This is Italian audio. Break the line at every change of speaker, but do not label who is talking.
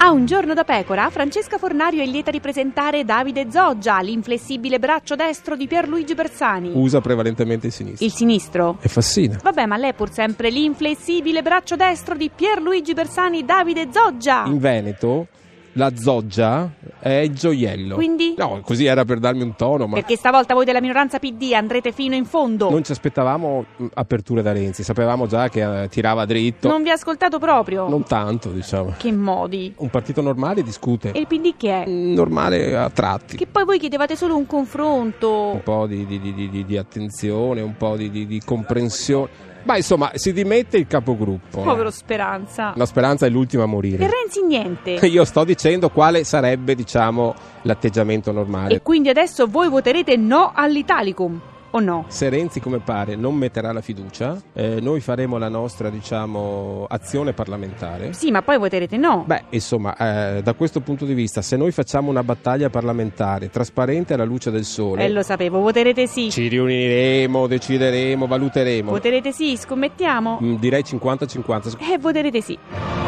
A un giorno da pecora, Francesca Fornario è lieta di presentare Davide Zoggia, l'inflessibile braccio destro di Pierluigi Bersani.
usa prevalentemente il sinistro.
Il sinistro?
È Fassina.
Vabbè, ma lei è pur sempre l'inflessibile braccio destro di Pierluigi Bersani, Davide Zoggia.
In Veneto la zoggia è il gioiello.
Quindi?
No, così era per darmi un tono, ma
Perché stavolta voi della minoranza PD andrete fino in fondo.
non ci aspettavamo mh, aperture da Renzi, sapevamo già che eh, tirava dritto.
Non vi ha ascoltato proprio.
Non tanto, diciamo.
Che modi.
Un partito normale discute. Mm,
E il PD che è?
Normale a tratti.
Che poi voi chiedevate solo un confronto.
Un po' di, di- di- di- di- di attenzione, un po' di, di- di comprensione. Ma insomma, si dimette il capogruppo.
Povero Speranza.
La speranza è l'ultima a
Per
morire.
Renzi niente.
Io sto dicendo quale sarebbe, diciamo, l'atteggiamento normale.
E quindi adesso voi voterete no all'Italicum, o no?
Se Renzi, come pare, non metterà la fiducia, eh, noi faremo la nostra, diciamo, azione parlamentare.
Sì, ma poi voterete no. Eh,
Beh, insomma, eh, da questo punto di vista, se noi facciamo una battaglia parlamentare trasparente alla luce del sole,
Eh, lo sapevo, voterete sì.
ci riuniremo, decideremo, valuteremo.
Voterete sì, scommettiamo?
Mm, direi 50-50.
Eh, voterete sì.